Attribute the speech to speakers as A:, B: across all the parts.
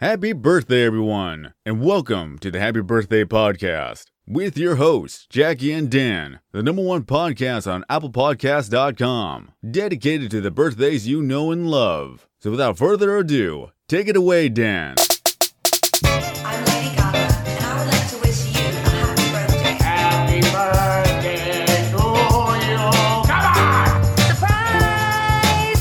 A: Happy birthday, everyone, and welcome to the Happy Birthday Podcast with your hosts, Jackie and Dan, the number one podcast on ApplePodcast.com, dedicated to the birthdays you know and love. So, without further ado, take it away, Dan.
B: I'm Lady Gaga, and I would like to wish you a happy birthday.
C: Happy birthday to you. Come on!
B: Surprise!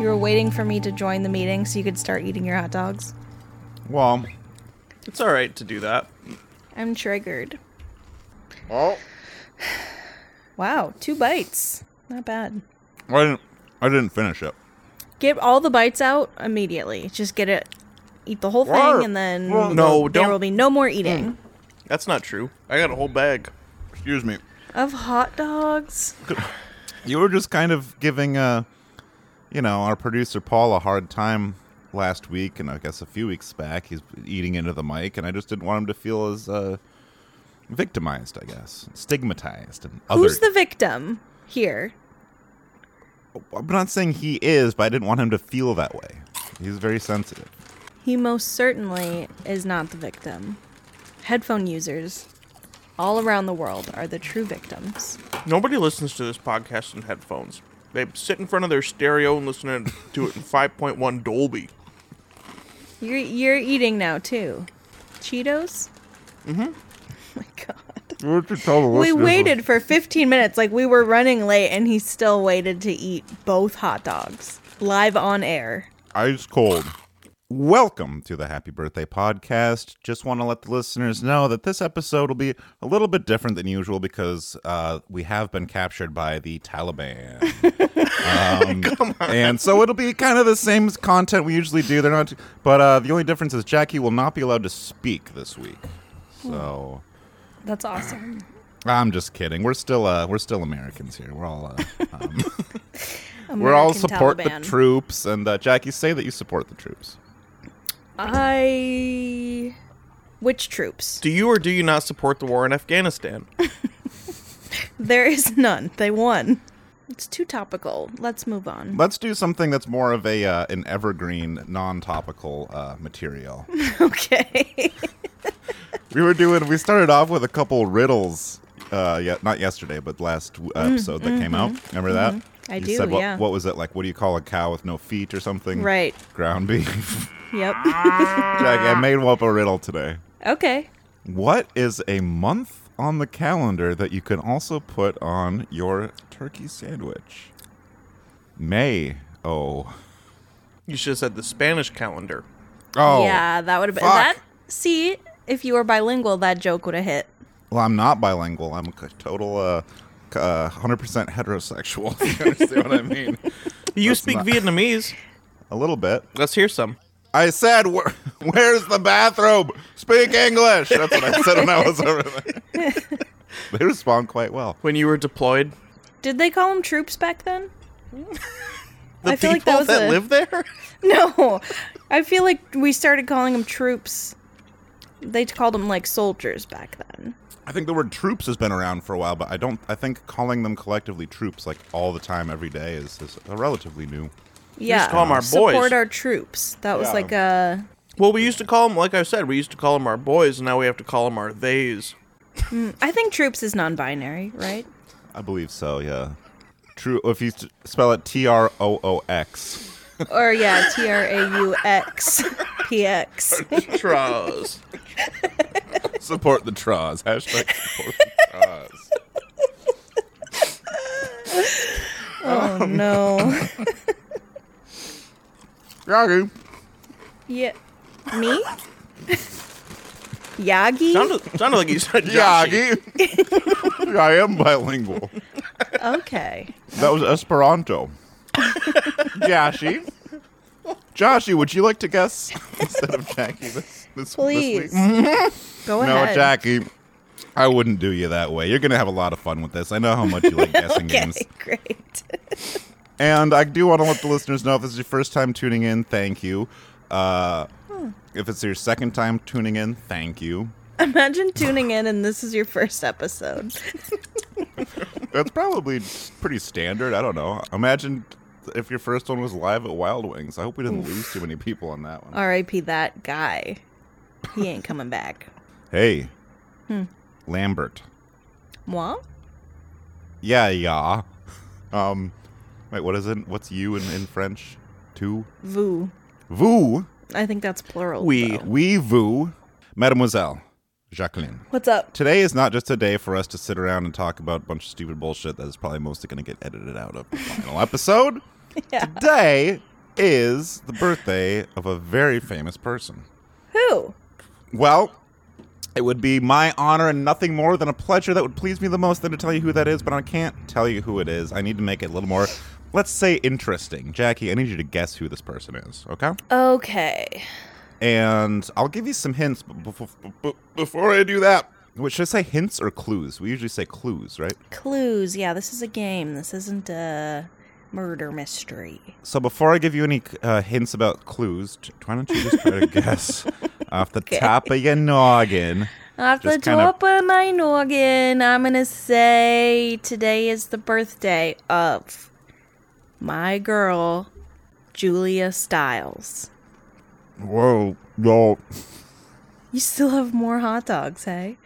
D: You were waiting for me to join the meeting so you could start eating your hot dogs.
A: Well,
E: It's all right to do that.
D: I'm triggered.
A: oh,
D: Wow, two bites. Not bad.
A: I didn't, I didn't finish it.
D: Get all the bites out immediately. Just get it, eat the whole
A: Whoa.
D: thing, and then
A: Whoa,
E: no,
D: there
E: don't-
D: will be no more eating
E: That's not true. I got a whole bag.
A: Excuse me.
D: of hot dogs.
F: You were just kind of giving, uh, you know, our producer Paul a hard time last week, and I guess a few weeks back. He's eating into the mic, and I just didn't want him to feel as uh, victimized, I guess, stigmatized, and other.
D: Who's the victim here?
F: I'm not saying he is, but I didn't want him to feel that way. He's very sensitive.
D: He most certainly is not the victim. Headphone users all around the world are the true victims.
E: Nobody listens to this podcast in headphones. They sit in front of their stereo and listen to it in 5.1 Dolby.
D: You're you're eating now too. Cheetos? Mm-hmm. my god. We waited for 15 minutes, like we were running late, and he still waited to eat both hot dogs live on air.
F: ice cold. Welcome to the Happy Birthday Podcast. Just want to let the listeners know that this episode will be a little bit different than usual because uh, we have been captured by the Taliban. um, And so it'll be kind of the same content we usually do. They're not, but uh, the only difference is Jackie will not be allowed to speak this week. So
D: That's awesome.
F: I'm just kidding. We're still uh, we're still Americans here. We're all uh, um, we're all support the troops. And uh, Jackie, say that you support the troops.
D: I. Which troops?
E: Do you or do you not support the war in Afghanistan?
D: There is none. They won. It's too topical. Let's move on.
F: Let's do something that's more of a uh, an evergreen, non-topical uh, material.
D: Okay.
F: we were doing. We started off with a couple riddles. Uh, yeah, not yesterday, but last w- episode that came out. Remember that?
D: Mm, mm-hmm. I
F: you
D: do,
F: Said, what,
D: yeah.
F: what was it like? What do you call a cow with no feet or something?
D: right.
F: Ground beef.
D: Yep.
F: Jack, I made up a riddle today.
D: Okay.
F: What is a month on the calendar that you can also put on your turkey sandwich? May. Oh.
E: You should have said the Spanish calendar.
F: Oh.
D: Yeah, that would have been
F: fuck.
D: that. See, if you were bilingual, that joke would have hit.
F: Well, I'm not bilingual. I'm a c- total, uh, c- uh, 100% heterosexual. you understand what I mean?
E: You speak
F: not-
E: Vietnamese.
F: A little bit.
E: Let's hear some.
F: I said, "Where- "Where's the bathroom? Speak English." That's what I said when I was over there. they respond quite well.
E: When you were deployed,
D: Did they call them troops back then?
E: the
D: I feel
E: people
D: like that was
E: that
D: a-
E: live there?
D: No, I feel like we started calling them troops. They called them like soldiers back then.
F: I think the word "troops" has been around for a while, but I don't. I think calling them collectively "troops" like all the time, every day, is, is a relatively new.
D: Yeah,
E: call 'em our boys.
D: Support our troops. That was
F: Yeah.
D: like uh, a
E: Well, we used to call them, like I said, we used to call them our boys, and now we have to call them our theys.
D: I think troops is non-binary, right?
F: I believe so. Yeah. True. If you s- spell it T R O O X.
D: Or yeah, T R A U X P X.
E: Trust.
F: Support the Tras. Hashtag support the Tras.
D: Oh no.
F: Yagi.
D: Yeah, me. Yagi.
E: sounded, sounded like you said Yagi.
F: Yagi. I am bilingual.
D: Okay.
F: That was Esperanto. Joshi. Joshi, would you like to guess instead of Jackie this, this, this
D: Please.
F: week?
D: Go
F: No,
D: ahead.
F: Jackie, I wouldn't do you that way. You're going to have a lot of fun with this. I know how much you like guessing
D: Okay,
F: games.
D: great.
F: And I do want to let the listeners know if this is your first time tuning
D: Hmm.
F: in, thank you. Uh, If it's your second time tuning in, thank you.
D: Imagine tuning in and this is your first episode.
F: That's probably pretty standard. I don't know. Imagine if your first one was live at Wild Wings. I hope we didn't lose too many people on that one.
D: R.I.P. that guy. He ain't coming back.
F: Hey, Lambert.
D: Moi?
F: Yeah, yeah. Um, wait, what is it? What's you in, in French? Tu?
D: Vous.
F: Vous.
D: I think that's plural.
E: We.
D: though.
F: Oui, vous. Mademoiselle Jacqueline.
D: What's up?
F: Today is not just a day for us to sit around and talk about a bunch of stupid bullshit that is probably mostly going to get edited out of the final episode.
D: Yeah.
F: Today is the birthday of a very famous person.
D: Who?
F: Well, it would be my honor and nothing more than a pleasure that would please me the most than to tell you who that is, but I can't tell you who it is. I need to make it a little more, let's say, interesting. Jackie, I need you to guess who this person is, okay?
D: Okay.
F: And I'll give you some hints b- b- b- b- before I do that. Wait, should I say hints or clues? We usually say clues, right?
D: Clues. Yeah, this is a game. This isn't a murder mystery.
F: So before I give you any uh, hints about clues, t- why don't you just try to guess off the top of your noggin?
D: Off the
F: Just kinda-
D: top of my noggin, I'm gonna say today is the birthday of my girl, Julia Stiles.
F: Whoa, yo.
D: You still have more hot dogs, hey?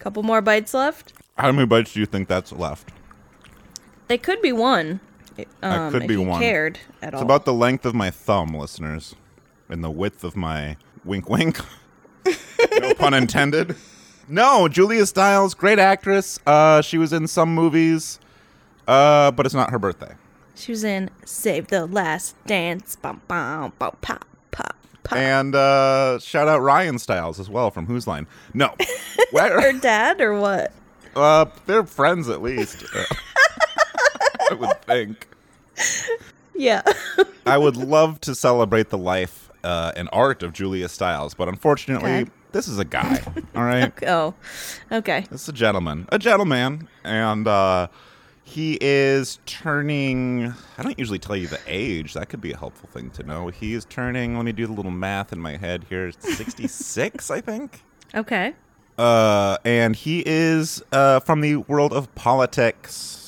D: Couple more bites left?
F: How many bites do you think that's left?
D: They could be one. i- Um,
F: could
D: if
F: be
D: you
F: one.
D: Cared at
F: It's
D: all?
F: about the length of my thumb, listeners, and the width of my wink wink. no pun intended. No, Julia Stiles, great actress. Uh, she was in some movies, uh, but it's not her birthday.
D: she was in "Save the Last Dance." Bum, bum, bum, pop, pop, pop.
F: And uh, shout out Ryan Stiles as well from Who's Line. No,
D: Her
F: Where-
D: dad or what?
F: uh, they're friends at least. uh, I would think.
D: Yeah.
F: I would love to celebrate the life uh, and art of Julia Stiles, but unfortunately,
D: Okay.
F: this is a guy. All right.
D: oh, okay.
F: This is a gentleman, a gentleman, and uh, he is turning. I don't usually tell you the age. That could be a helpful thing to know. He is turning. Let me do the little math in my head here. Sixty-six, I think.
D: Okay.
F: Uh, and he is uh, from the world of politics.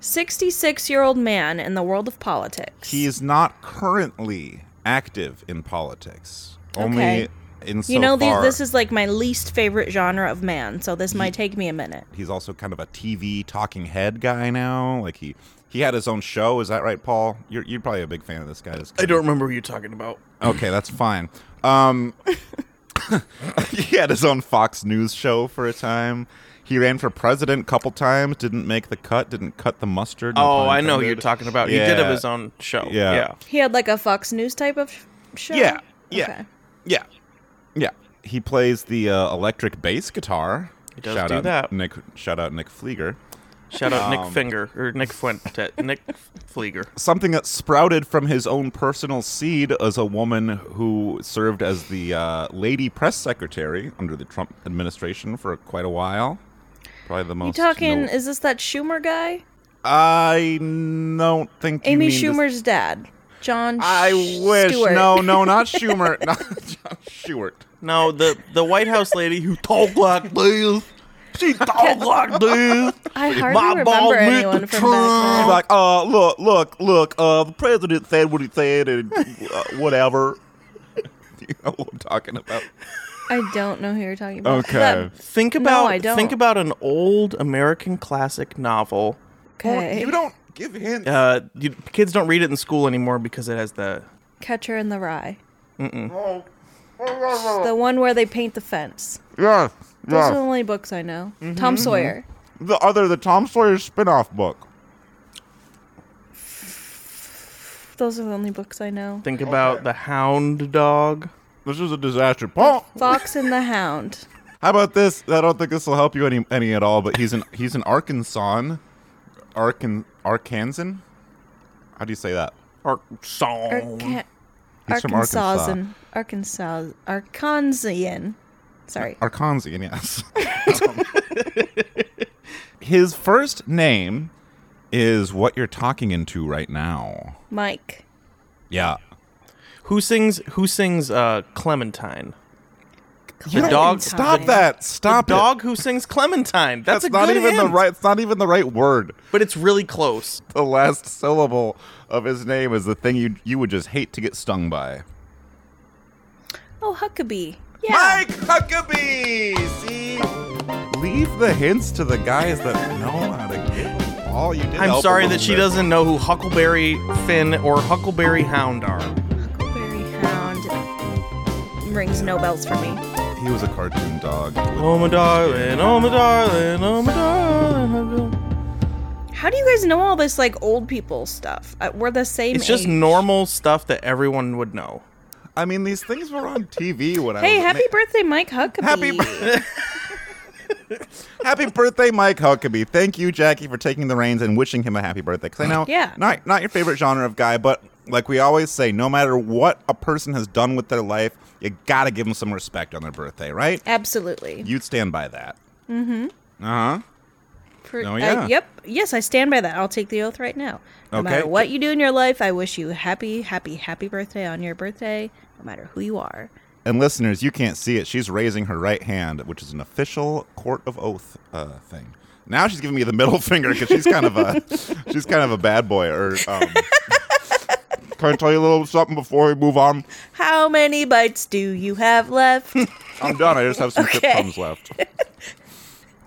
D: 66 year old man in the world of politics.
F: He is not currently active in politics. Only
D: Okay.
F: in so
D: you know, these,
F: far,
D: this is like my least favorite genre of man, so this might take me a minute.
F: he's also kind of a TV talking head guy now. Like he he had his own show. Is that right, Paul? You're you're probably a big fan of this guy. This
E: I don't remember who you're talking about.
F: Okay, that's fine. Um, he had his own Fox News show for a time. He ran for president a couple times. Didn't make the cut. Didn't cut the mustard. no
E: Oh,
F: pun
E: I know who you're
F: intended.
E: talking about. He did have
F: Yeah.
E: his own show.
F: Yeah.
E: Yeah.
D: He had like a Fox News type of sh- show?
F: Yeah, yeah,
D: Okay.
F: yeah, yeah. He plays the uh, electric bass guitar.
E: He does
F: shout
E: do
F: out
E: that.
F: Nick. Shout out Nick Flieger.
E: Shout out
F: Um,
E: Nick Finger or Nick Fuente, Nick Flieger.
F: something that sprouted from his own personal seed as a woman who served as the uh, lady press secretary under the Trump administration for quite a while. Probably the most.
D: You talking,
F: no-
D: is this that Schumer guy?
F: I don't think you
D: Amy
F: mean this-
D: Schumer's dad. John
F: I
D: Sh-
F: wish.
D: Stewart.
F: No, no, not Schumer. not John Stewart.
E: No, the the White House lady who talk like this. She talk like this.
D: I
E: My
D: hardly remember
E: ball with
D: anyone
E: the
D: from back
F: He's
D: then.
F: like, uh, look, look, look. Uh, the president said what he said, and uh, whatever. you know what I'm talking about?
D: I don't know who you're talking about.
F: Okay.
D: That-
E: Think
D: No,
E: about
D: I don't.
E: think about an old American classic novel.
D: okay.
F: You don't give hints.
E: Uh, you, kids don't read it in school anymore because it has the
D: Catcher in the Rye. Mm-mm. The one where they paint the fence.
F: Yeah.
D: Those are the only books I know. Tom Sawyer.
F: the other, the Tom Sawyer spin-off book.
D: Those are the only books I know.
E: think about the hound dog.
F: This is a disaster. Paul,
D: Fox and the Hound.
F: how about this? I don't think this will help you any, any at all. But he's an he's an Arkansan, Arkan Arkansan. How do you say that?
E: Or song.
D: Arca-
F: Oh, He's from Arkansas.
D: Arkansasan. Arkansas. Arkansian. Sorry.
F: Arkansian, yes. His first name is what you're talking into right now.
D: Mike.
F: Yeah,
E: Who sings Who sings uh, Clementine? The dog-
F: Stop that! Stop it.
E: Dog who sings Clementine. That's, a
F: That's not
E: good
F: even the
E: hint,
F: right. It's not even the right word.
E: but it's really close.
F: The last syllable of his name is the thing you you would just hate to get stung by.
D: Oh, Huckabee. Yeah.
F: Mike Huckabee. See, leave the hints to the guys that know how to get. them. All you did. help
E: I'm
F: a
E: sorry
F: little
E: that she
F: bit.
E: doesn't know who Huckleberry Finn or Huckleberry Hound are.
D: Huckleberry Hound rings no bells for me.
F: He was a cartoon dog.
E: Oh my darling, oh my darling, oh my darling.
D: How do you guys know all this like old people stuff? Uh, we're the same.
E: It's just
D: age.
E: normal stuff that everyone would know.
F: I mean, these things were on TV when I
D: Hey,
F: was
D: happy birthday, Mike Huckabee.
F: Happy birthday. happy birthday, Mike Huckabee. Thank you, Jackie, for taking the reins and wishing him a happy birthday. Because I know,
D: Yeah.
F: not, not your favorite genre of guy, but like we always say, no matter what a person has done with their life, you got to give them some respect on their birthday, right?
D: Absolutely.
F: You'd stand by that. Mm-hmm. Uh-huh.
D: For-
F: Oh,
D: I-
F: yeah.
D: yep. Yes, I stand by that. I'll take the oath right now. No
F: Okay.
D: matter what you do in your life, I wish you happy, happy, happy birthday on your birthday, no matter who you are.
F: And listeners, you can't see it. She's raising her right hand, which is an official court of oath uh, thing. Now she's giving me the middle finger because she's kind of a she's kind of a bad boy. Or um, can I tell you a little something before we move on?
D: How many bites do you have left?
F: I'm done. I just have some chip
D: Okay.
F: crumbs left.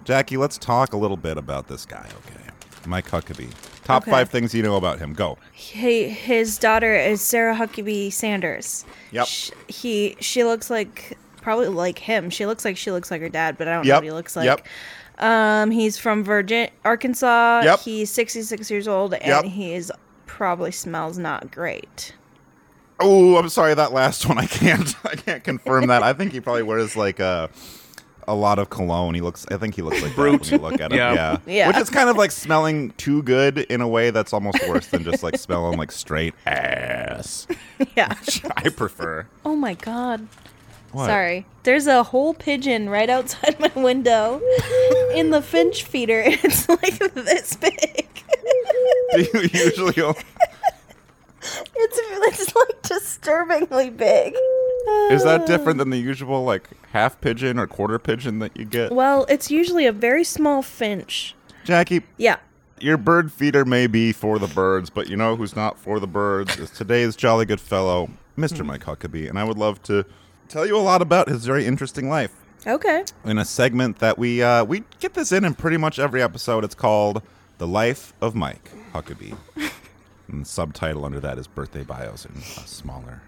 F: Jackie, let's talk a little bit about this guy. Okay, Mike Huckabee. Top
D: Okay.
F: five things you know about him. Go.
D: he, his daughter is Sarah Huckabee Sanders.
F: Yep.
D: Sh he she looks like probably like him. She looks like she looks like her dad, but I don't know
F: Yep.
D: what he looks like.
F: Yep.
D: Um, he's from Virgin, Arkansas.
F: Yep.
D: He's 66 years old, and
F: Yep.
D: he is probably smells not great.
F: Oh, I'm sorry that last one. I can't. I can't confirm that. I think he probably wears like a a lot of cologne. He looks. I think he looks like brute. That when you look at him,
E: Yeah.
F: yeah.
D: Yeah.
F: Which is kind of like smelling too good in a way that's almost worse than just like smelling like straight ass.
D: yeah.
F: I prefer.
D: Oh my god.
F: What?
D: Sorry. There's a whole pigeon right outside my window in the finch feeder. and It's like this big.
F: Do you usually? Only,
D: It's it's like disturbingly big.
F: is that different than the usual like half pigeon or quarter pigeon that you get?
D: Well, it's usually a very small finch.
F: Jackie,
D: Yeah.
F: your bird feeder may be for the birds, but you know who's not for the birds is today's jolly good fellow, Mr. Mike Huckabee, and I would love to tell you a lot about his very interesting life
D: Okay.
F: in a segment that we uh, we get this in in pretty much every episode. It's called "The Life of Mike Huckabee," and the subtitle under that is "Birthday Bios" in a smaller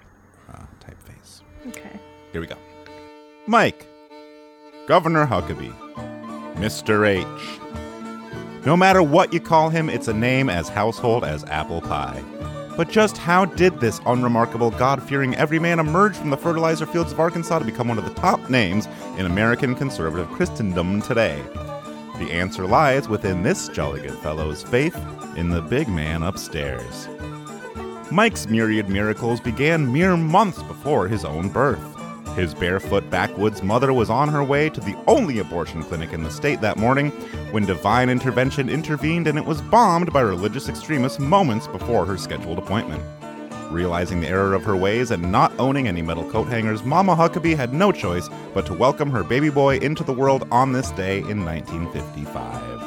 F: uh, typeface.
D: Okay.
F: Here we go. Mike, Governor Huckabee, Mr. H. No matter what you call him, it's a name as household as apple pie. But just how did this unremarkable, God fearing everyman emerge from the fertilizer fields of Arkansas to become one of the top names in American conservative Christendom today? The answer lies within this jolly good fellow's faith in the big man upstairs. Mike's myriad miracles began mere months before his own birth. His barefoot backwoods mother was on her way to the only abortion clinic in the state that morning when divine intervention intervened and it was bombed by religious extremists moments before her scheduled appointment. Realizing the error of her ways and not owning any metal coat hangers, Mama Huckabee had no choice but to welcome her baby boy into the world on this day in 1955.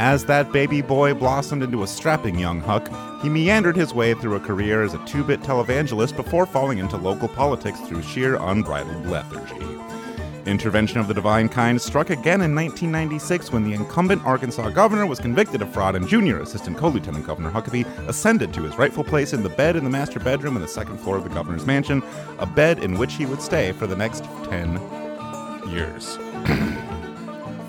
F: As that baby boy blossomed into a strapping young huck, he meandered his way through a career as a two bit televangelist before falling into local politics through sheer unbridled lethargy. Intervention of the divine kind struck again in 1996 when the incumbent Arkansas governor was convicted of fraud and junior assistant co lieutenant governor Huckabee ascended to his rightful place in the bed in the master bedroom in the second floor of the governor's mansion, a bed in which he would stay for the next 10 years.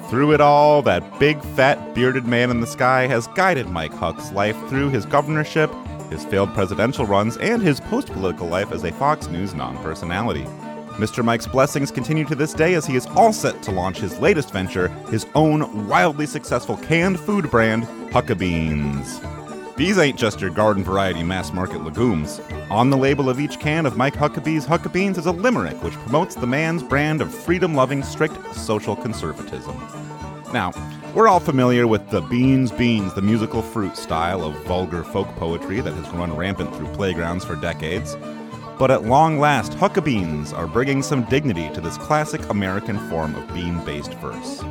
F: Through it all, that big, fat, bearded man in the sky has guided Mike Huck's life through his governorship, his failed presidential runs, and his post political life as a Fox News non personality. Mr. Mike's blessings continue to this day as he is all set to launch his latest venture, his own wildly successful canned food brand, Huckabeans. These ain't just your garden variety mass market legumes. On the label of each can of Mike Huckabee's Huckabeans is a limerick which promotes the man's brand of freedom loving, strict social conservatism. Now, we're all familiar with the Beans Beans, the musical fruit style of vulgar folk poetry that has run rampant through playgrounds for decades. But at long last, Huckabeans are bringing some dignity to this classic American form of bean based verse.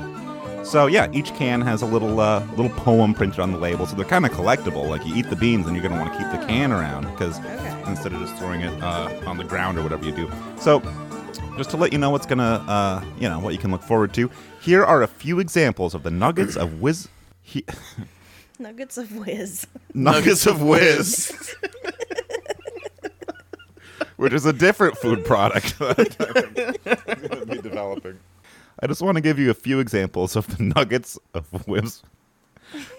F: So yeah, each can has a little uh, little poem printed on the label, so they're kind of collectible. Like you eat the beans, and you're gonna want to keep the can around because instead of just throwing it uh, on the ground or whatever you do. So just to let you know what's gonna, uh, you know, what you can look forward to. Here are a few examples of the nuggets of whiz. He-
D: Nuggets of whiz.
F: nuggets of whiz. Which is a different food product that I'm going to be developing. I just want to give you a few examples of the nuggets of whiz.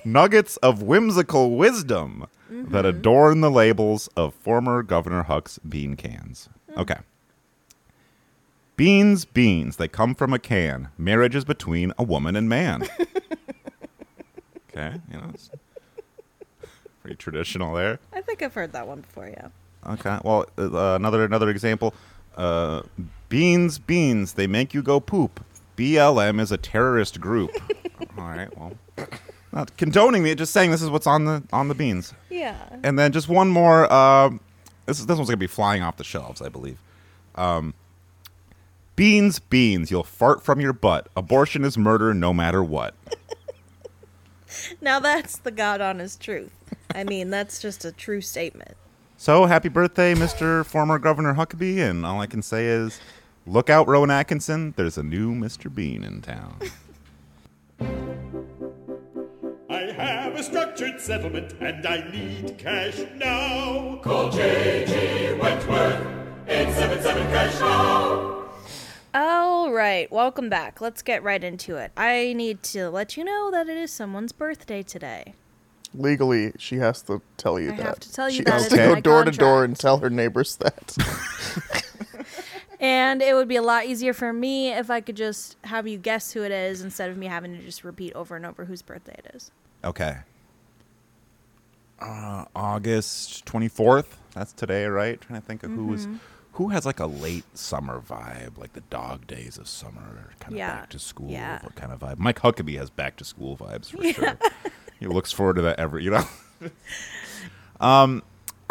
F: Nuggets of whimsical wisdom that adorn the labels of former Governor Huck's bean cans. Okay. Beans, beans, they come from a can. Marriage is between a woman and man. okay, you know, it's pretty traditional there.
D: I think I've heard that one before, yeah.
F: Okay. Well, uh, another another example. Uh, beans, beans, they make you go poop. BLM is a terrorist group. All right. Well, not condoning it, just saying this is what's on the on the beans.
D: Yeah.
F: And then just one more. Um, this is- this one's gonna be flying off the shelves, I believe. Um, beans, beans, you'll fart from your butt. Abortion is murder, no matter what.
D: Now that's the God honest truth. I mean, that's just a true statement.
F: So happy birthday, Mr. former Governor Huckabee, and all I can say is, look out, Rowan Atkinson. There's a new Mr. Bean in town.
G: I have a structured settlement and I need cash now.
D: All right, welcome back. Let's get right into it. I need to let you know that it is someone's birthday today.
H: Legally, she has to tell you
D: I
H: that.
D: have to tell you
H: she
D: that
H: has
D: it's
H: to
D: in
H: go
D: my
H: door to door
D: contract.
H: and tell her neighbors that.
D: And it would be a lot easier for me if I could just have you guess who it is instead of me having to just repeat over and over whose birthday it is.
F: Okay. Uh, August 24th. That's today, right? Trying to think of who was
D: Mm-hmm.
F: who has like a late summer vibe, like the dog days of summer, kind of
D: Yeah.
F: back to school
D: Yeah.
F: kind of vibe. Mike Huckabee has back to school vibes for sure. He looks forward to that every, you know. um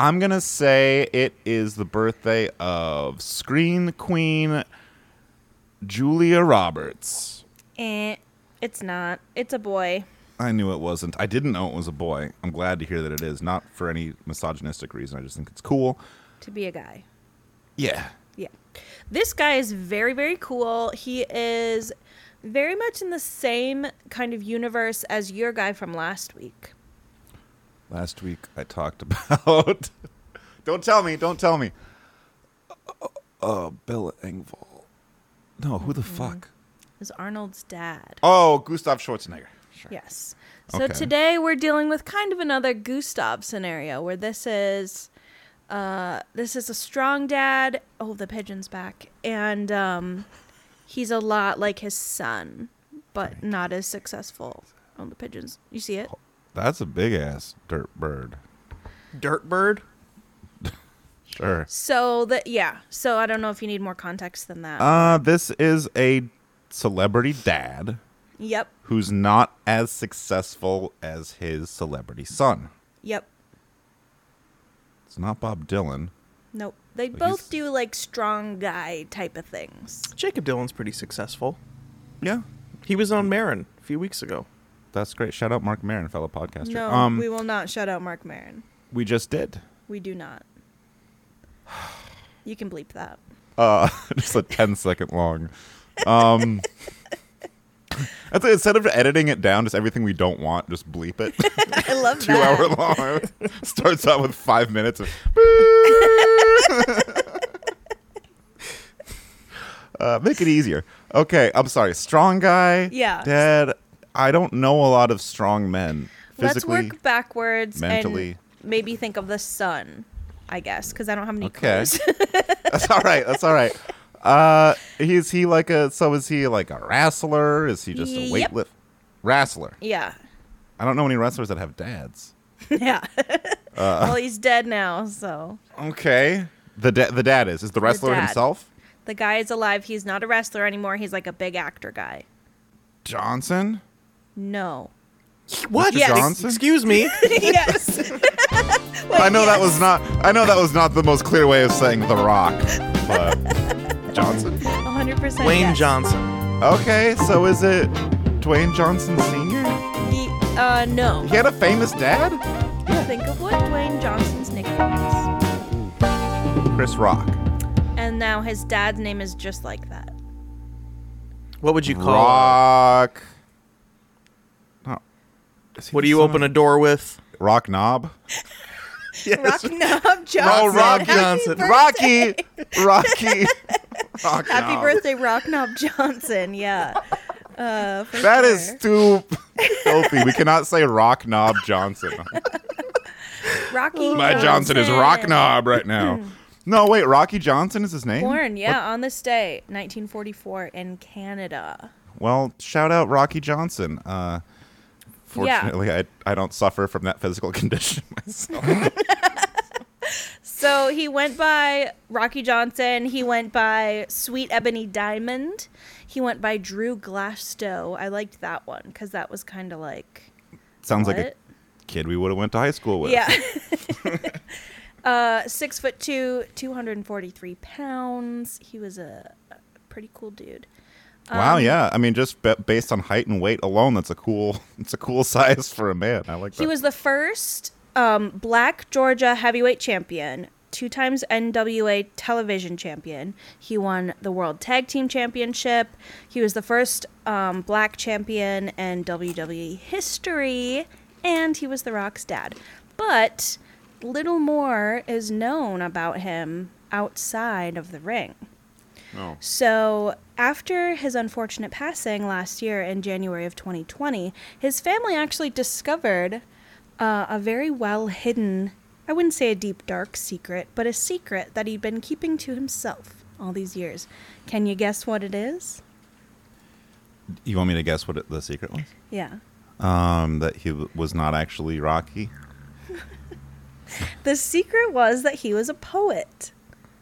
F: I'm going to say it is the birthday of Screen Queen Julia Roberts.
D: Eh, it's not. It's a boy.
F: I knew it wasn't. I didn't know it was a boy. I'm glad to hear that it is. Not for any misogynistic reason. I just think it's cool.
D: To be a guy.
F: Yeah.
D: Yeah. This guy is very, very cool. He is very much in the same kind of universe as your guy from last week.
F: Last week I talked about. don't tell me. Don't tell me. Oh, uh, Bill Engvall. No, who the fuck?
D: Is Arnold's dad.
F: Oh, Gustav Schwarzenegger. Sure.
D: Yes. So
F: Okay.
D: today we're dealing with kind of another Gustav scenario where this is uh this is a strong dad. Oh, the pigeon's back. And um he's a lot like his son, but not as successful. Oh, the pigeons. You see it?
F: That's a big ass dirt bird.
E: Dirt bird.
F: Sure.
D: So that yeah. So I don't know if you need more context than that.
F: Uh, this is a celebrity dad
D: yep.
F: who's not as successful as his celebrity son.
D: Yep.
F: It's not Bob Dylan.
D: Nope. They
F: But he's-
D: both do like strong guy type of things.
E: Jacob Dylan's pretty successful.
F: Yeah,
E: He was on Marin a few weeks ago.
F: That's great. Shout out Mark Marin, fellow podcaster.
D: No,
F: um,
D: we
F: we,
D: will not shout out Mark Marin.
F: just did.
D: We do not. You can bleep that.
F: Uh, just a 10 second long. Um, that's it. Instead of editing it down, just everything we don't want, just bleep it.
D: I love
F: Two
D: that.
F: hour long. Starts out with five minutes of. uh, make it easier. Okay, I'm sorry. Strong guy.
D: Yeah.
F: Dad. I don't know a lot of strong men.
D: Let's
F: Physically.
D: work backwards
F: mentally.
D: and maybe think of the sun, I guess, because I don't have any
F: Okay.
D: clues.
F: That's all right. That's all right. Uh, is he like a? So is he like a wrestler? Is he just a
D: Yep.
F: weightlift wrestler?
D: yeah.
F: I don't know any wrestlers that have dads.
D: Yeah.
F: Uh.
D: well, he's dead now, so
F: Okay. The da- the dad is is the wrestler
D: dad.
F: himself.
D: the guy is alive. He's not a wrestler anymore. He's like a big actor guy.
F: Johnson.
D: No.
F: What?
D: Yes.
F: Johnson?
E: Excuse me.
D: yes.
F: I know that was not. I know that was not the most clear way of saying The Rock, but Johnson.
D: 100%.
E: Wayne
D: yes.
E: Johnson.
F: Okay, so is it Dwayne Johnson Sr.?
D: He, uh, no.
F: He had a famous dad,
D: Think of what Dwayne Johnson's nickname is.
F: Chris Rock.
D: And now his dad's name is just like that.
E: What would you call?
F: Rock. No. Is he
E: What do
F: the
E: you
F: son
E: open
F: of-
E: a door with?
F: Rock knob.
D: Rock Knob Johnson.
F: Oh, Rock
D: Happy
E: Johnson.
D: birth-
F: Rocky. Rocky. Rock
D: Happy
F: knob.
D: birthday, Rock Knob Johnson. Yeah. Uh, for
F: That is
D: sure.
F: too filthy. We cannot say Rock Knob Johnson.
D: Rocky.
F: My Johnson is Rock Knob right now. No, wait, Rocky Johnson is his name?
D: Born, yeah, on this day, 1944, in Canada.
F: Well, shout out Rocky Johnson. Uh, fortunately, I, I don't suffer from that physical condition myself.
D: So he went by Rocky Johnson. He went by Sweet Ebony Diamond. He went by Drew Glastow. I liked that one because that was kind of like
F: Sounds like a
D: What?
F: kid we would have went to high school with.
D: yeah. uh, six foot two, 243 pounds. He was a a pretty cool dude.
F: Wow,
D: Um,
F: yeah. I mean, just ba- based on height and weight alone, that's a cool. It's a cool size for a man. I like that.
D: He was the first um, black Georgia heavyweight champion, two times NWA television champion. He won the World Tag Team Championship. He was the first um, black champion in WWE history, and he was The Rock's dad. But little more is known about him outside of the ring.
F: Oh.
D: So, after his unfortunate passing last year in January of 2020, his family actually discovered uh, a very well hidden, I wouldn't say a deep, dark secret, but a secret that he'd been keeping to himself all these years. Can you guess what it is?
F: you want me to guess what it, the secret was?
D: Yeah.
F: Um, that he w- was not actually Rocky.
D: The secret was that he was a poet.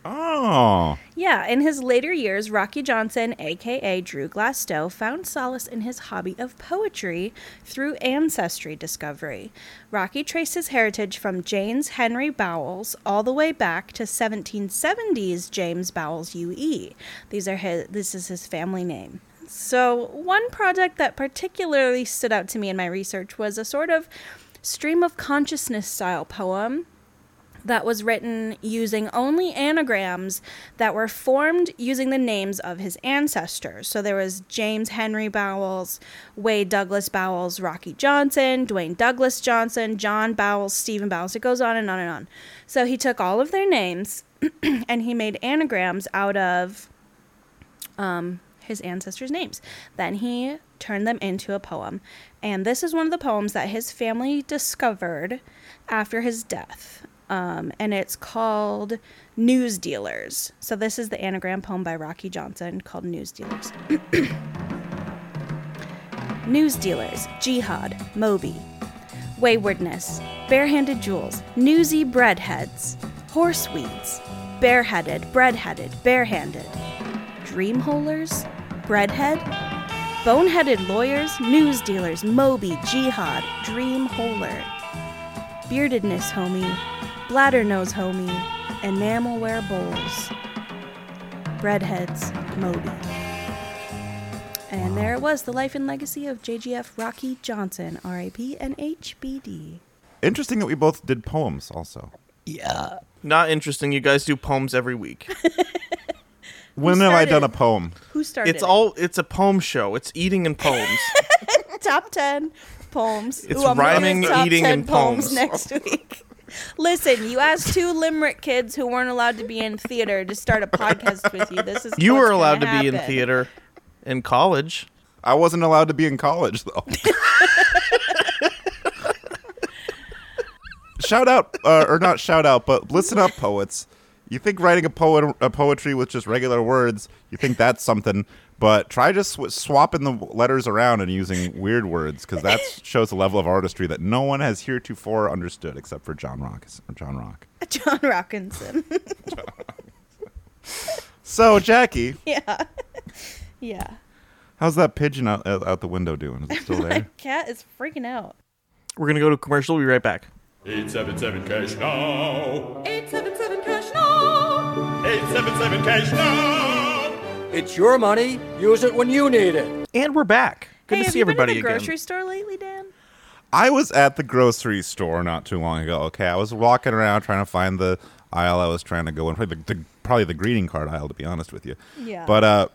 F: Oh,
D: Yeah, in his later years, Rocky Johnson, aka Drew Glastow, found solace in his hobby of poetry through ancestry discovery. Rocky traced his heritage from James Henry Bowles all the way back to 1770s James Bowles UE. These are his this is his family name. So, one project that particularly stood out to me in my research was a sort of stream of consciousness style poem that was written using only anagrams that were formed using the names of his ancestors. So there was James Henry Bowles, Wade Douglas Bowles, Rocky Johnson, Dwayne Douglas Johnson, John Bowles, Stephen Bowles. It goes on and on and on. So he took all of their names and he made anagrams out of his ancestors' names. Then he turned them into a poem. And this is one of the poems that his family discovered after his death. Um, and it's called News Dealers. So this is the anagram poem by Rocky Johnson called News Dealers. News dealers, jihad, Moby, waywardness, barehanded jewels, newsy breadheads, horseweeds, bareheaded, breadheaded, barehanded dream holers, breadhead, boneheaded lawyers, news dealers, Moby, jihad, dream holer, beardedness homie, bladder nose homie, enamelware bowls, breadheads, Moby. And there it was, the life and legacy of JGF Rocky Johnson, R.A.P. and HBD.
F: interesting that we both did poems. Also,
E: Not interesting. You guys do poems every week.
F: when have I
D: started?
F: done a poem?
D: Who started?
E: It's
D: it?
E: all. It's a poem show. It's eating and poems.
D: top 10 poems.
E: It's
D: I'm doing
E: rhyming,
D: top
E: eating,
D: 10
E: and poems.
D: next week. Listen, you asked two Limerick kids who weren't allowed to be in theater to start a podcast with you. This is
E: you
D: what's
E: were
D: gonna
E: allowed to be in
D: happen.
E: theater in college.
F: I wasn't allowed to be in college though. shout out, uh, or not shout out, but listen up, poets. You think writing a poet a poetry with just regular words, you think that's something, but try just sw- swapping the letters around and using weird words because that shows a level of artistry that no one has heretofore understood except for John Rock. Or John Rock.
D: John Rockinson.
F: So Jackie,
D: yeah. Yeah.
F: How's that pigeon out, out, out the window doing? Is it still
D: My
F: there?
D: cat is freaking out.
E: We're gonna go to commercial. We'll be right back.
G: 877 Cash Now.
I: 877 Cash Now.
G: 877 Cash Now.
J: It's your money. Use it when you need it.
E: And we're back. Good
D: hey,
E: to
D: have
E: see
D: you
E: everybody
D: been to the
E: again.
D: grocery store lately, Dan?
F: I was at the grocery store not too long ago. Okay, I was walking around trying to find the aisle I was trying to go in. Probably the, the, probably the greeting card aisle, to be honest with you.
D: Yeah.
F: But uh,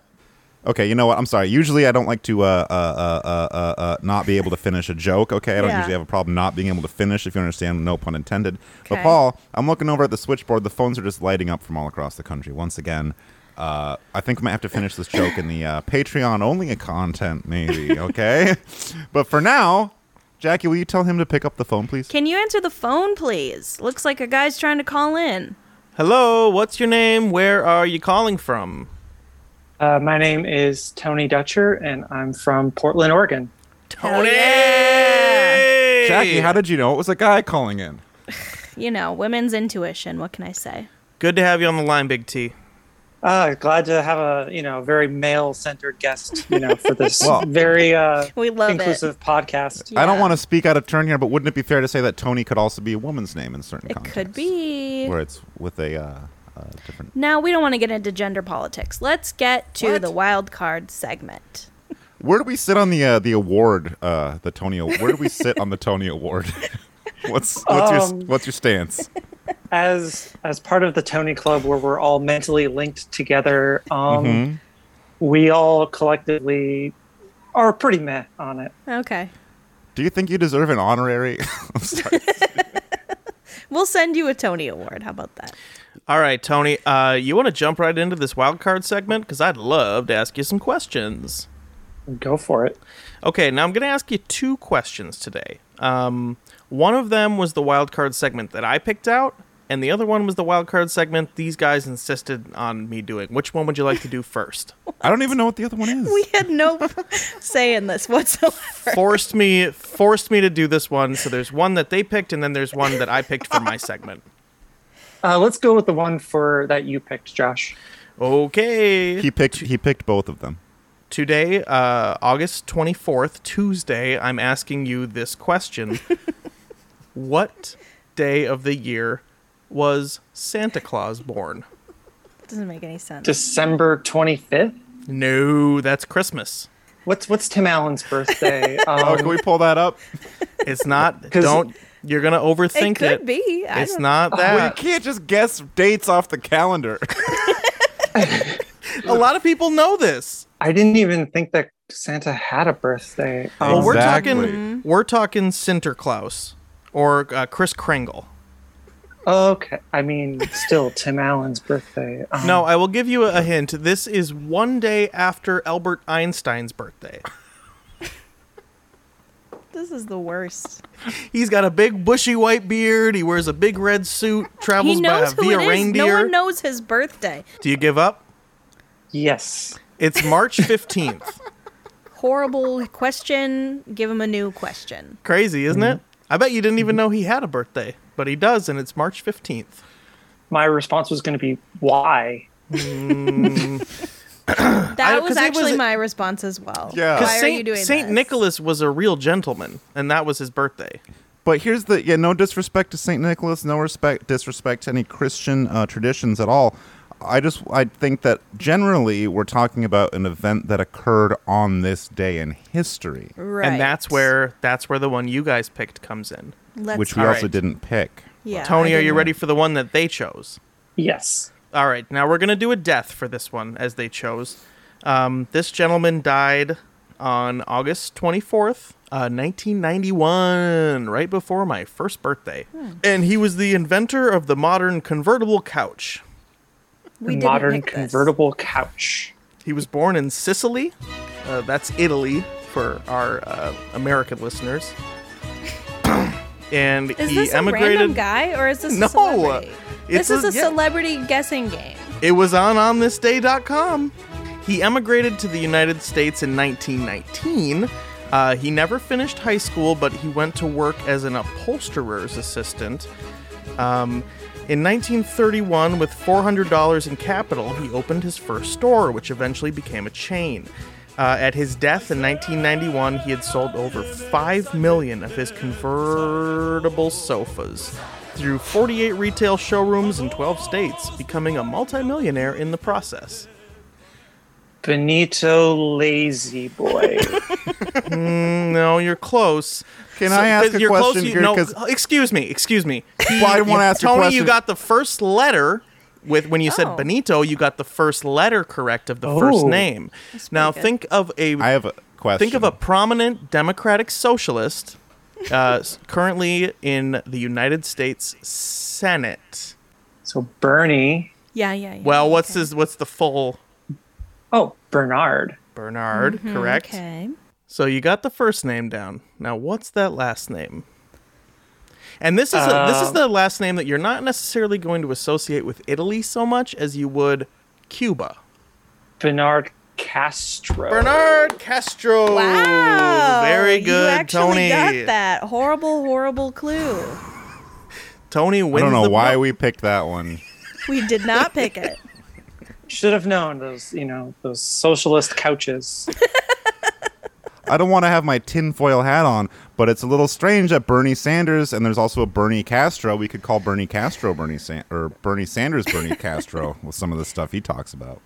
F: okay, you know what? I'm sorry. Usually I don't like to uh uh uh uh, uh, uh not be able to finish a joke. Okay, I don't
D: Yeah.
F: usually have a problem not being able to finish. If you understand, no pun intended. But
D: Okay.
F: Paul, I'm looking over at the switchboard. The phones are just lighting up from all across the country once again. Uh, I think I might have to finish this joke in the uh, Patreon only content, maybe. Okay, but for now, Jackie, will you tell him to pick up the phone, please?
D: Can you answer the phone, please? Looks like a guy's trying to call in.
E: Hello. What's your name? Where are you calling from?
K: Uh, my name is Tony Dutcher, and I'm from Portland, Oregon.
E: Tony.
F: Jackie, how did you know it was a guy calling in?
D: You know, women's intuition. What can I say?
E: Good to have you on the line, Big T.
K: Uh, glad to have a you know very male-centered guest, you know, for this
F: Well-
K: very uh,
D: We love it.
K: inclusive podcast.
F: I don't
D: Yeah.
F: want to speak out of turn here, but wouldn't it be fair to say that Tony could also be a woman's name in certain
D: It
F: contexts?
D: could be.
F: where it's with a uh, uh, different.
D: Now we don't want to get into gender politics. Let's get to the wild card segment.
F: Where do we sit on the uh, the award? Uh, the Tony. Award? Where do we sit on the Tony Award? what's what's your
K: Um.
F: what's your stance?
K: As as part of the Tony Club, where we're all mentally linked together, um, we all collectively are pretty meh on it.
D: Okay.
F: Do you think you deserve an honorary? I'm sorry.
D: We'll send you a Tony Award. How about that?
E: All right, Tony. Uh, you want to jump right into this wild card segment because I'd love to ask you some questions.
K: Go for it.
E: Okay, now I'm going to ask you two questions today. Um, one of them was the wild card segment that I picked out, and the other one was the wild card segment these guys insisted on me doing. Which one would you like to do first?
F: I don't even know what the other one is.
D: We had no say in this whatsoever.
E: forced me, forced me to do this one. So there's one that they picked, and then there's one that I picked for my segment.
K: Uh, let's go with the one for that you picked, Josh.
E: Okay.
F: he picked he picked both of them.
E: Today, uh, August 24th, Tuesday, I'm asking you this question. what day of the year was Santa Claus born?
D: Doesn't make any sense.
K: December twenty fifth.
E: No, that's Christmas.
K: What's what's Tim Allen's birthday? Um,
F: Oh, can we pull that up?
E: It's not.
K: 'Cause-
E: don't. You're gonna overthink
D: it
E: it.
D: could be. I
E: It's
D: don't-
E: not
F: Well, you
E: that.
F: can't just guess dates off the calendar.
E: a lot of people know this.
K: I didn't even think that Santa had a birthday. Um,
E: Well, we're
F: Exactly.
D: Mm-hmm.
E: talking. We're talking Sinterklaas or uh, Chris Kringle.
K: okay. I mean, still Tim Allen's birthday. Um,
E: No, I will give you a hint. This is one day after Albert Einstein's birthday.
D: This is the worst.
E: He's got a big bushy white beard. He wears a big red suit. Travels
D: He knows
E: by,
D: who
E: via
D: it is.
E: reindeer.
D: No one knows his birthday.
E: Do you give up?
K: Yes.
E: It's March fifteenth.
D: Horrible question. Give him a new question.
E: Crazy, isn't it?
D: Mm-hmm.
E: I bet you didn't even know he had a birthday, but he does, and it's March fifteenth.
K: My response was going to be why.
E: I-
D: That
E: 'cause
D: was
E: it
D: actually
E: was-
D: my response as well.
F: Yeah.
D: Why
F: 'Cause
E: Because
D: are you
E: Saint,
D: doing
E: Saint
D: this?
E: Nicholas was a real gentleman, and that was his birthday.
F: But here's the yeah, no disrespect to Saint Nicholas, no respect disrespect to any Christian uh, traditions at all. I just I think that generally we're talking about an event that occurred on this day in history,
D: Right.
E: And that's where that's where the one you guys picked comes in.
D: Let's
F: which we
E: all
F: also
E: right.
F: didn't pick.
D: Yeah,
E: Tony,
D: I
E: are you
D: didn't-
E: ready for the one that they chose?
K: Yes.
E: All right, now we're gonna do a death for this one as they chose. Um, this gentleman died on August twenty fourth, uh, nineteen ninety one, right before my first birthday,
D: Hmm.
E: and he was the inventor of the modern convertible couch.
D: We didn't
K: Modern
D: pick this.
K: convertible couch.
E: He was born in Sicily. Uh, that's Italy for our uh, American listeners. and
D: Is
E: he
D: this a random
E: emigrated.
D: guy or is this
E: No,
D: a celebrity?
E: it's
D: This is
E: a-
D: a
E: yeah.
D: celebrity guessing game.
E: It was on onthisday.com. He emigrated to the United States in 1919. Uh, he never finished high school, but he went to work as an upholsterer's assistant. Um, in 1931, with $400 in capital, he opened his first store, which eventually became a chain. Uh, at his death in 1991, he had sold over 5 million of his convertible sofas through 48 retail showrooms in 12 states, becoming a multimillionaire in the process.
K: Benito Lazy Boy.
E: Mm, no, you're close.
F: Can I ask a
E: you're
F: question
E: you-
F: here?
E: No,
F: 'Cause-
E: excuse me, excuse me.
F: Well, I want to ask
E: Tony,
F: a question.
E: you got the first letter with when you
D: Oh.
E: said Benito, you got the first letter correct of the first
K: Oh.
E: name. Now
D: pretty good.
E: think of a
F: I have a question.
E: think of a prominent democratic socialist uh, s- currently in the United States Senate.
K: so Bernie.
D: Yeah, yeah, yeah.
E: Well, what's
D: okay.
E: his what's the full
K: Oh, Bernard.
E: Bernard, correct?
D: Mm-hmm, Okay.
E: So you got the first name down. Now what's that last name? And this is a, this
F: Uh.
E: is
K: Um,
E: the last name that you're not necessarily going to associate with Italy so much as you would Cuba.
K: Bernard Castro.
E: Bernard Castro.
D: Wow.
E: Very
D: Oh, You
E: good,
D: actually
E: Tony.
D: got that horrible, horrible clue.
E: Tony
F: I
E: wins.
F: don't know
E: the
F: why
E: pro-
F: we picked that one.
D: We did not pick it.
K: Should have known those, you know, those socialist couches.
F: I don't want to have my tinfoil hat on, but it's a little strange that Bernie Sanders and there's also a Bernie Castro. We could call Bernie Castro Bernie San- or Bernie Sanders Bernie Castro with some of the stuff he talks about.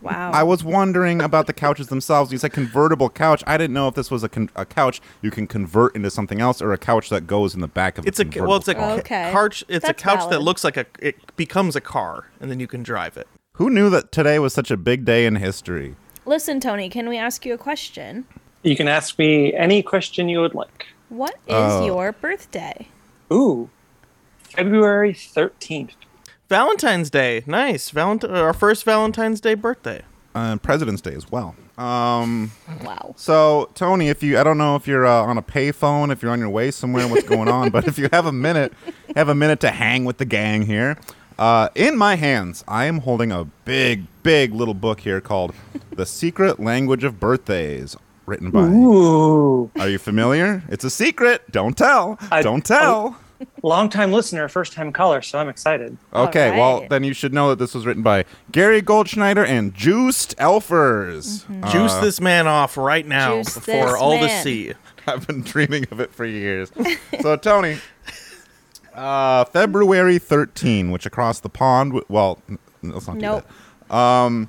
D: Wow.
F: I was wondering about the couches themselves. You said convertible couch. I didn't know if this was a, con- a couch you can convert into something else or a couch that goes in the back of
E: It's a
F: convertible
E: well, it's a
F: car.
E: ca-
D: Okay.
E: couch. It's
D: That's
E: a couch that
D: valid.
E: looks like a. It becomes a car, and then you can drive it.
F: Who knew that today was such a big day in history?
D: Listen, Tony, can we ask you a question?
K: You can ask me any question you would like.
D: What is
E: Uh,
D: your birthday?
K: Ooh, February 13th.
E: Valentine's Day, nice. Valent- uh, our first Valentine's Day birthday.
F: Uh, President's Day as well. Um,
D: Wow.
F: So, Tony, if you, I don't know if you're uh, on a payphone, if you're on your way somewhere, what's going on, but if you have a minute, have a minute to hang with the gang here. Uh, in my hands, I am holding a big, big little book here called The Secret Language of Birthdays, written by.
K: Ooh.
F: Are you familiar? It's a secret. Don't tell.
K: I-
F: don't
D: oh,
F: tell.
K: Long-time listener, first-time caller, so I'm excited.
F: Okay,
D: All
F: well,
D: right.
F: then you should know that this was written by Gary Goldschneider and Juiced Elfers.
D: Mm-hmm.
F: Uh,
E: Juice this man off right now
D: Juice
E: before
D: this
E: all to
D: man.
E: see.
F: I've been dreaming of it for years. so, Tony, uh, February 13, which across the pond, w- well, n- let's not
D: Nope.
F: do that.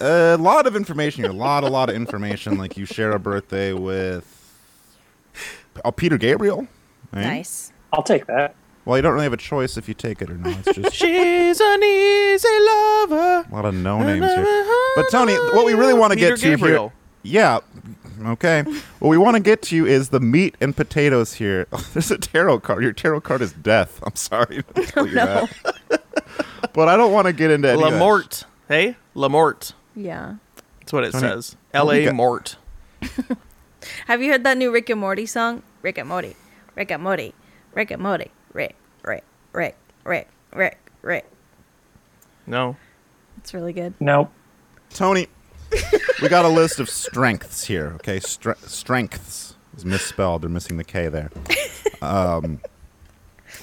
F: A lot of information here. A lot, a lot of information. Like you share a birthday with oh, Peter Gabriel. right?
D: Nice.
K: I'll take that.
F: Well, you don't really have a choice if you take it or not. It's just
E: She's an easy lover.
F: a lot of no names here. But, Tony, what we really want to
E: Peter
F: get to here-
E: Gabriel.
F: Yeah. Okay. What we want to get to is the meat and potatoes here. there's a tarot card. Your tarot card is death. I'm sorry to tell you that. but I don't want to get into any of that.
E: Lamort. Hey, Lamort.
D: Yeah.
E: That's what it
F: Tony,
E: says.
F: what we
E: L.A.
F: got?
E: Mort.
D: Have you heard that new Rick and Morty song? Rick and Morty. Rick and Morty. Rick and Morty. Rick, Rick, Rick, Rick, Rick, Rick.
E: No.
D: It's really good.
K: Nope.
F: Tony, we got a list of strengths here. Okay, Stre- strengths is misspelled. They're missing the K there. Um,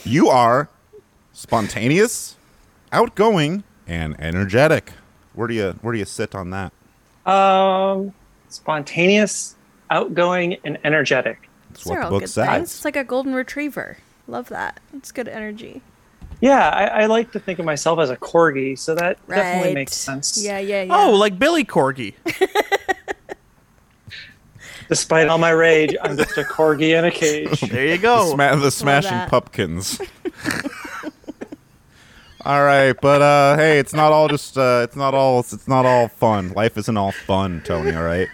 F: you are spontaneous, outgoing, and energetic. Where do you Where do you sit on that?
K: Um, spontaneous, outgoing, and energetic.
F: That's
D: They're
F: what the
D: all
F: book
D: good
F: says.
D: things. It's like a golden retriever. Love that. It's good energy.
K: Yeah, I, I like to think of myself as a corgi, so that
D: Right.
K: definitely makes sense.
D: Yeah, yeah, yeah.
E: Oh, like Billy Corgi.
K: Despite all my rage, I'm just a corgi in a cage.
E: There you go.
F: Sma- the smashing
D: that.
F: pumpkins. all right, but uh, hey, it's not all just uh, it's not all it's not all fun. Life isn't all fun, Tony. All right,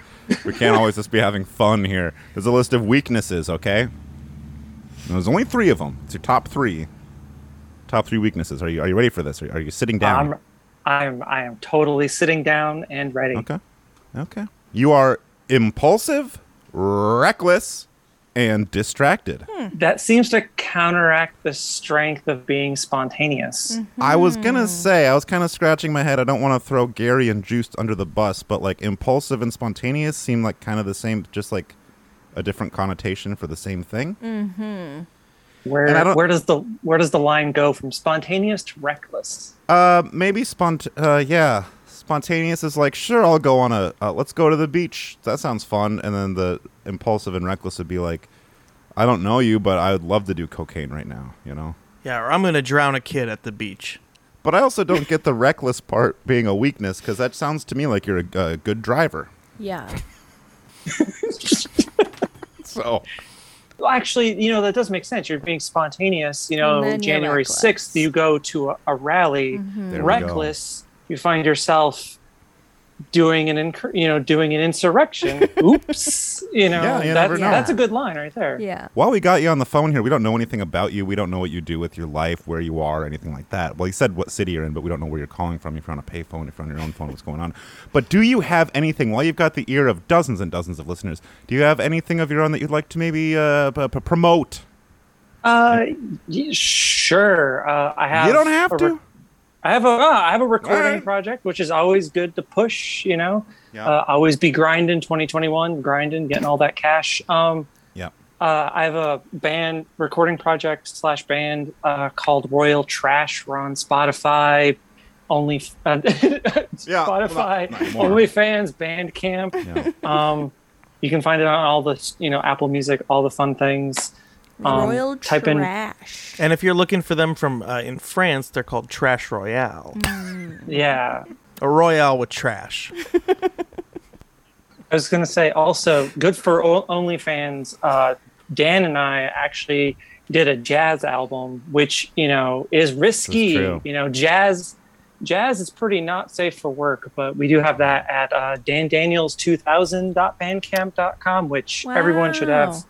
F: we can't always just be having fun here. There's a list of weaknesses. Okay, And there's only three of them. It's your top three. Top three weaknesses. Are you are you ready for this? Are you, are you sitting down?
K: I'm, Um, I'm, I am totally sitting down and ready.
F: okay, okay. You are impulsive, reckless, and distracted.
K: That seems to counteract the strength of being spontaneous.
D: Mm.
F: I was gonna say I was kind of scratching my head. I don't want to throw Gary and Juiced under the bus, but like impulsive and spontaneous seem like kind of the same, just like a different connotation for the same thing. And I
K: Where,
F: don't-
K: where does the where does the line go from spontaneous to reckless?
F: Uh, maybe spont. Uh, yeah, s- spontaneous is like, sure, I'll go on a uh, let's go to the beach. That sounds fun. And then the impulsive and reckless would be like, I don't know you, but I would love to do cocaine right now. You know.
E: Yeah, or I'm gonna drown a kid at the beach.
F: But I also don't get the reckless part being a weakness because that sounds to me like you're a, a good driver.
D: Yeah.
F: So
K: Well, actually, you know that does make sense. You're being spontaneous. You
D: And then
K: know,
D: you're
K: January
D: reckless. Mm-hmm.
K: sixth, you go to a, a rally.
F: there we go.
K: Reckless, you find yourself doing an incur- you know doing an insurrection. Oops, you know
F: Yeah, you
K: that-
F: never know.
K: that's a good line right there.
D: Yeah.
F: While we got you on the phone here, we don't know anything about you. We don't know what you do with your life, where you are, anything like that. Well, you said what city you're in, but we don't know where you're calling from. If you're on a payphone, if you're on your own phone, what's going on? But do you have anything? While you've got the ear of dozens and dozens of listeners, do you have anything of your own that you'd like to maybe uh, p- p- promote?
K: Uh, y- sure. Uh, I have.
F: you don't have
K: a
F: to.
K: re- I have a uh, I have a recording
F: Alright.
K: project, which is always good to push. You know,
F: Yeah.
K: uh, always be grinding. Twenty twenty one, grinding, getting all that cash. Um,
F: yeah.
K: uh, I have a band recording project slash band uh, called Royal Trash. We're on Spotify, only uh, Spotify,
F: Oh, not- not more.
K: OnlyFans, Bandcamp.
F: Yeah.
K: Um, you can find it on all the you know Apple Music, all the fun things. Um,
D: Royal
K: type in-
D: trash.
E: And if you're looking for them from uh, in France, they're called Trash Royale.
F: Mm.
K: Yeah,
E: A Royale with trash.
K: I was going to say also good for o- OnlyFans. Uh, Dan and I actually did a jazz album, which you know is risky.
F: That's true.
K: You know, jazz jazz is pretty not safe for work, but we do have that at uh, dandaniels2000.bandcamp.com, which everyone should
D: Wow.
K: have.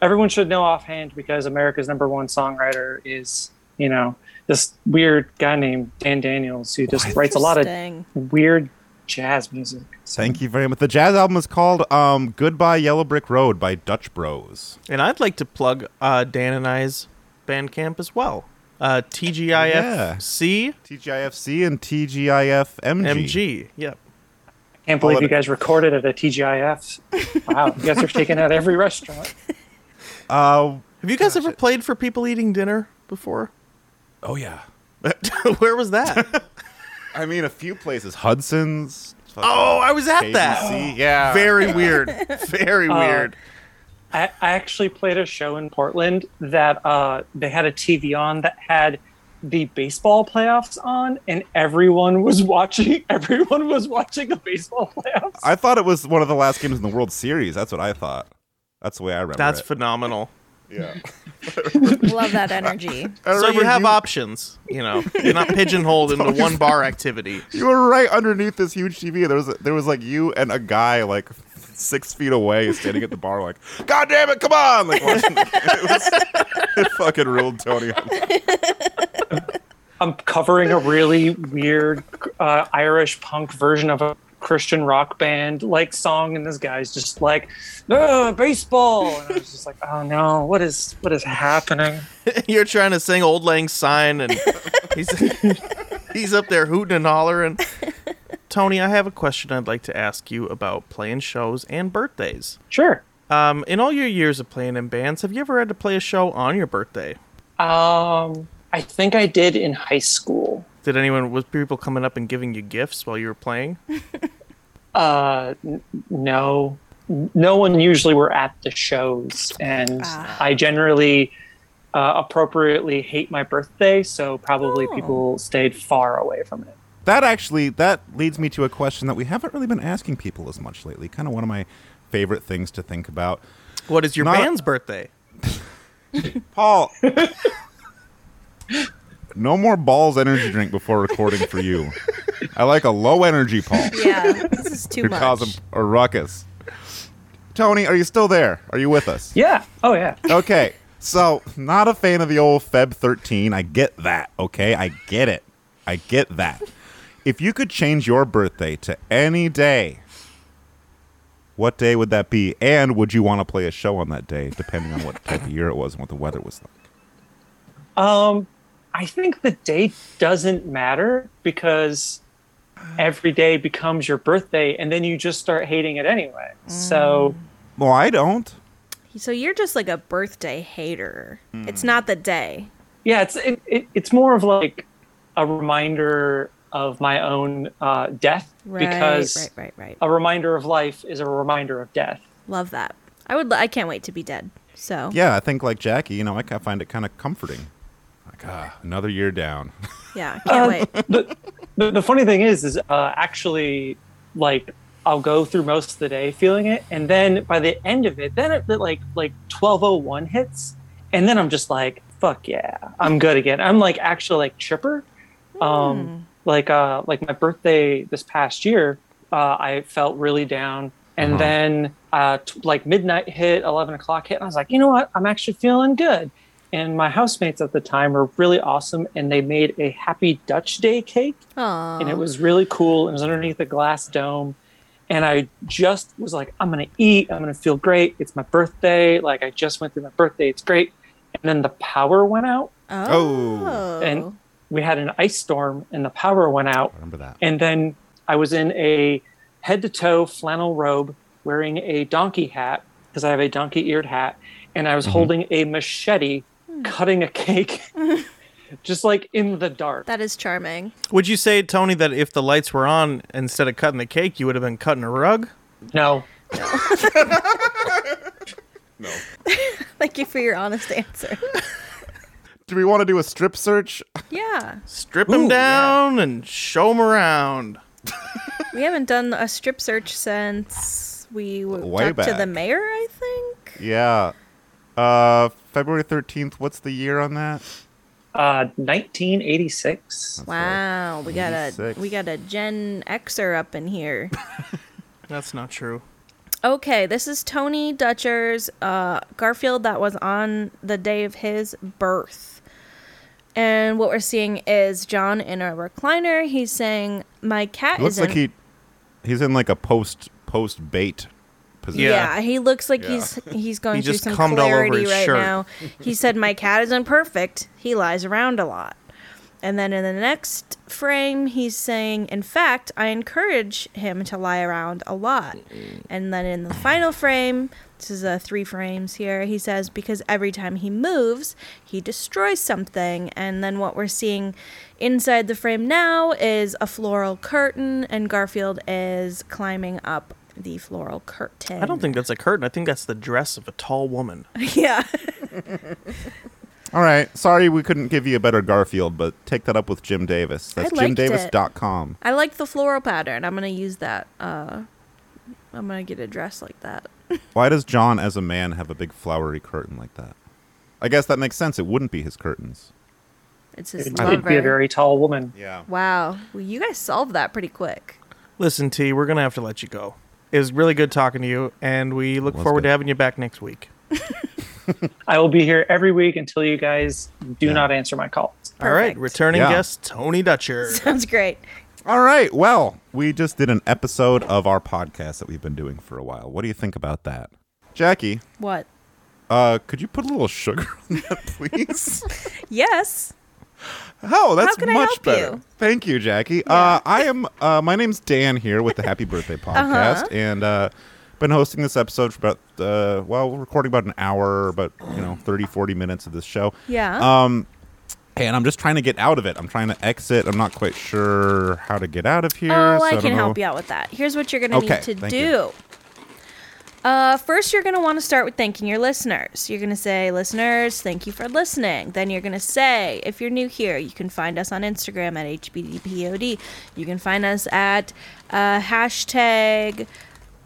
K: Everyone should know offhand because America's number one songwriter is you know this weird guy named Dan Daniels who just writes a lot of
D: Interesting.
K: weird jazz music.
F: Thank you very much. The jazz album is called um, "Goodbye Yellow Brick Road" by Dutch Bros.
E: And I'd like to plug uh, Dan and I's Bandcamp as well. Uh, TGIFC
F: TGIFC and TGIFMG.
E: MG. Yep.
K: Can't
F: All
K: believe
F: of
K: you
F: it.
K: guys recorded at a TGIF. Wow, you guys are taking out every restaurant.
F: Uh,
E: Have you guys ever played for people eating dinner before?
F: oh yeah.
E: Where was that?
F: I mean, a few places. Hudson's.
E: oh, I was at that.
F: KBC. Yeah.
E: Very weird. Very weird.
K: I, I actually played a show in Portland that uh, they had a TV on that had the baseball playoffs on, and everyone was watching. Everyone was watching the baseball playoffs.
F: I thought it was one of the last games in the World Series. That's what I thought. That's the way I remember
E: That's
F: it.
E: phenomenal.
F: yeah.
D: Love that energy.
F: I
E: So you
F: remember
E: have options. You know, you're not pigeonholed into one bar activity.
F: you were right underneath this huge TV. There was there was like you and a guy like six feet away standing at the bar, like, God damn it, come on! Like, watching the game. it, was, it fucking ruled Tony.
K: I'm covering a really weird uh, Irish punk version of a Christian rock band like song, and this guy's just like, "Ugh, baseball," and I was just like, "Oh no, what is what is happening?"
E: You're trying to sing "Old Lang Syne" and he's he's up there hooting and hollering. Tony, I have a question I'd like to ask you about playing shows and birthdays.
K: Sure.
E: Um, in all your years of playing in bands, have you ever had to play a show on your birthday?
K: Um, I think I did in high school.
E: Did anyone was people coming up and giving you gifts while you were playing?
K: Uh, n- no, no one usually were at the shows, and I generally uh, appropriately hate my birthday, so probably people stayed far away from it.
F: That actually that leads me to a question that we haven't really been asking people as much lately. Kind of one of my favorite things to think about.
E: What is your
F: Not-
E: band's birthday?
F: Paul. no more balls energy drink before recording for you. I like a low energy, Paul.
D: Yeah, this is too
F: You're
D: much.
F: causing a ruckus. Tony, are you still there? Are you with us?
K: Yeah. Oh yeah.
F: Okay. So, not a fan of the old Feb 13. I get that. Okay. I get it. I get that. If you could change your birthday to any day, what day would that be? And would you want to play a show on that day, depending on what type of year it was and what the weather was like?
K: Um, I think the date doesn't matter because every day becomes your birthday, and then you just start hating it anyway. So
F: Well, I don't.
D: so you're just like a birthday hater.
F: Hmm.
D: It's not the day.
K: yeah, it's it, it, it's more of like a reminder of my own uh, death
D: Right,
K: because
D: right, right, right.
K: a reminder of life is a reminder of death.
D: Love that. I would. I can't wait to be dead. So
F: Yeah, I think like Jackie, you know, I ca- find it kind of comforting. Like, ah, another year down.
D: yeah, I can't
K: Uh,
D: wait.
K: the, the, the funny thing is, is uh, actually, like, I'll go through most of the day feeling it, and then by the end of it, then it like like twelve oh one hits, and then I'm just like, fuck yeah, I'm good again. I'm like actually like chipper. Um, like uh, like my birthday this past year, uh, I felt really down, and
F: Uh-huh.
K: then uh, t- like midnight hit, eleven o'clock hit, and I was like, you know what, I'm actually feeling good. And my housemates at the time were really awesome, and they made a Happy Dutch Day cake,
D: Aw.
K: and it was really cool. It was underneath a glass dome, and I just was like, I'm gonna eat. I'm gonna feel great. It's my birthday. Like I just went through my birthday. It's great. And then the power went out,
D: Oh.
K: and we had an ice storm, and the power went out.
F: Remember that.
K: And then I was in a head to toe flannel robe wearing a donkey hat because I have a donkey eared hat. And I was holding a machete cutting a cake just like in the dark.
D: that is charming.
E: Would you say, Tony, that if the lights were on, instead of cutting the cake, you would have been cutting a rug?
K: no.
D: Thank you for your honest answer.
F: Do we want to do a strip search?
D: yeah,
E: Strip them down and show them around.
D: we haven't done a strip search since we w-
F: Way
D: talked to the
F: back.
D: mayor. I think.
F: Yeah. Uh, February 13th, what's the year on that?
K: Uh, 1986.
D: Wow, we got a
F: 86.
D: we got a Gen Xer up in here.
E: That's not true.
D: Okay, this is Tony Dutcher's uh, Garfield that was on the day of his birth. And what we're seeing is John in a recliner. He's saying, My cat
F: It looks
D: is in.
F: like he he's in like a post post bait position.
D: yeah.
E: Yeah.
D: he looks like
F: Yeah.
D: he's he's going
E: He
D: through
E: just
D: some
E: cummed all over
D: clarity
E: his
D: right
E: shirt.
D: now. He said, "My cat isn't perfect. He lies around a lot." And then in the next frame, he's saying, "In fact, I encourage him to lie around a lot." And then in the final frame, this is uh, three frames here. He says, "Because every time he moves, he destroys something." And then what we're seeing inside the frame now is a floral curtain, and Garfield is climbing up the floral curtain.
E: I don't think that's a curtain. I think that's the dress of a tall woman.
D: Yeah.
F: All right. Sorry we couldn't give you a better Garfield, but take that up with Jim Davis. That's
D: liked it.
F: jimdavis.com.
D: I like the floral pattern. I'm going to use that. Uh, I'm going to get a dress like that.
F: Why does John as a man have a big flowery curtain like that? I guess that makes sense. It wouldn't be his curtains.
D: It's his
K: It'd,
D: lover.
K: it'd be a very tall woman.
F: Yeah.
D: wow. Well, you guys solved that pretty quick.
E: Listen, T, we're gonna have to let you go. It was really good talking to you, and we look
F: Was
E: forward
F: good.
E: to having you back next week.
K: I will be here every week until you guys do
F: Yeah.
K: not answer my calls.
E: All right,
D: Perfect.
E: returning
F: Yeah.
E: guest Tony Dutcher.
D: Sounds great.
F: All right. Well, we just did an episode of our podcast that we've been doing for a while. What do you think about that? Jackie,
D: What?
F: uh, could you put a little sugar on that, please?
D: Yes.
F: oh, that's
D: can I
F: much
D: help
F: better.
D: you?
F: Thank you, Jackie. Uh, I am. Uh, my name's Dan here with the Happy Birthday
D: Uh-huh.
F: podcast, and uh, been hosting this episode for about uh, well, we're recording about an hour, about you know, 30, 40 minutes of this show.
D: Yeah.
F: Um, and I'm just trying to get out of it. I'm trying to exit. I'm not quite sure how to get out of here.
D: oh,
F: so
D: I
F: don't
D: can
F: know.
D: help you out with that. Here's what you're going to
F: Okay,
D: need to
F: thank
D: do.
F: you.
D: Uh, first, you're going to want to start with thanking your listeners. You're going to say, listeners, thank you for listening. Then you're going to say, if you're new here, you can find us on Instagram at HBDPOD. You can find us at uh, hashtag,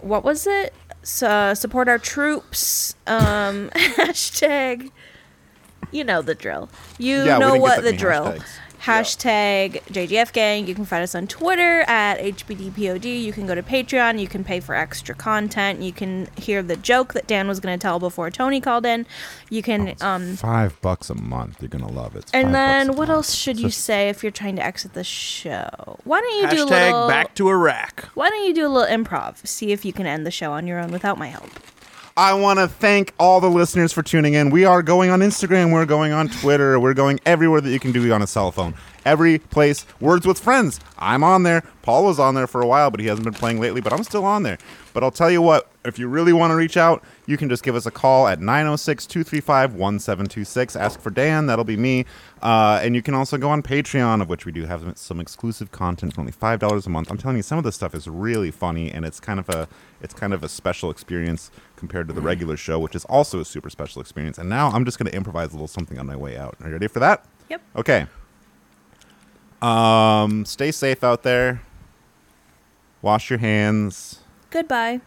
D: what was it? S- uh, support our troops. Um, hashtag, you know the drill. You
F: Yeah,
D: know
F: we didn't get
D: what
F: that
D: the
F: many
D: drill.
F: hashtags.
D: Hashtag JGF Gang. You can find us on Twitter at HBDPOD. You can go to Patreon. You can pay for extra content. You can hear the joke that Dan was going to tell before Tony called in. You can. um
F: Five bucks a month. You're gonna love it. It's five
D: And
F: bucks
D: then
F: a
D: what
F: month.
D: else should you say if you're trying to exit the show? Why don't you do a
E: Hashtag
D: little.
E: back to Iraq.
D: why don't you do a little improv? See if you can end the show on your own without my help.
F: I want to thank all the listeners for tuning in. We are going on Instagram. We're going on Twitter. We're going everywhere that you can do on a cell phone. Every place. Words with friends. I'm on there. Paul was on there for a while, but he hasn't been playing lately. But I'm still on there. But I'll tell you what. If you really want to reach out, you can just give us a call at 906 235 1726. Ask for Dan. That'll be me. Uh, and you can also go on Patreon, of which we do have some- some exclusive content for only five dollars a month. I'm telling you, some of this stuff is really funny, and it's kind of a it's kind of a special experience compared to the regular show, which is also a super special experience. And now I'm just going to improvise a little something on my way out. Are you ready for that?
D: Yep.
F: Okay. Um, stay safe out there. Wash your hands.
D: Goodbye.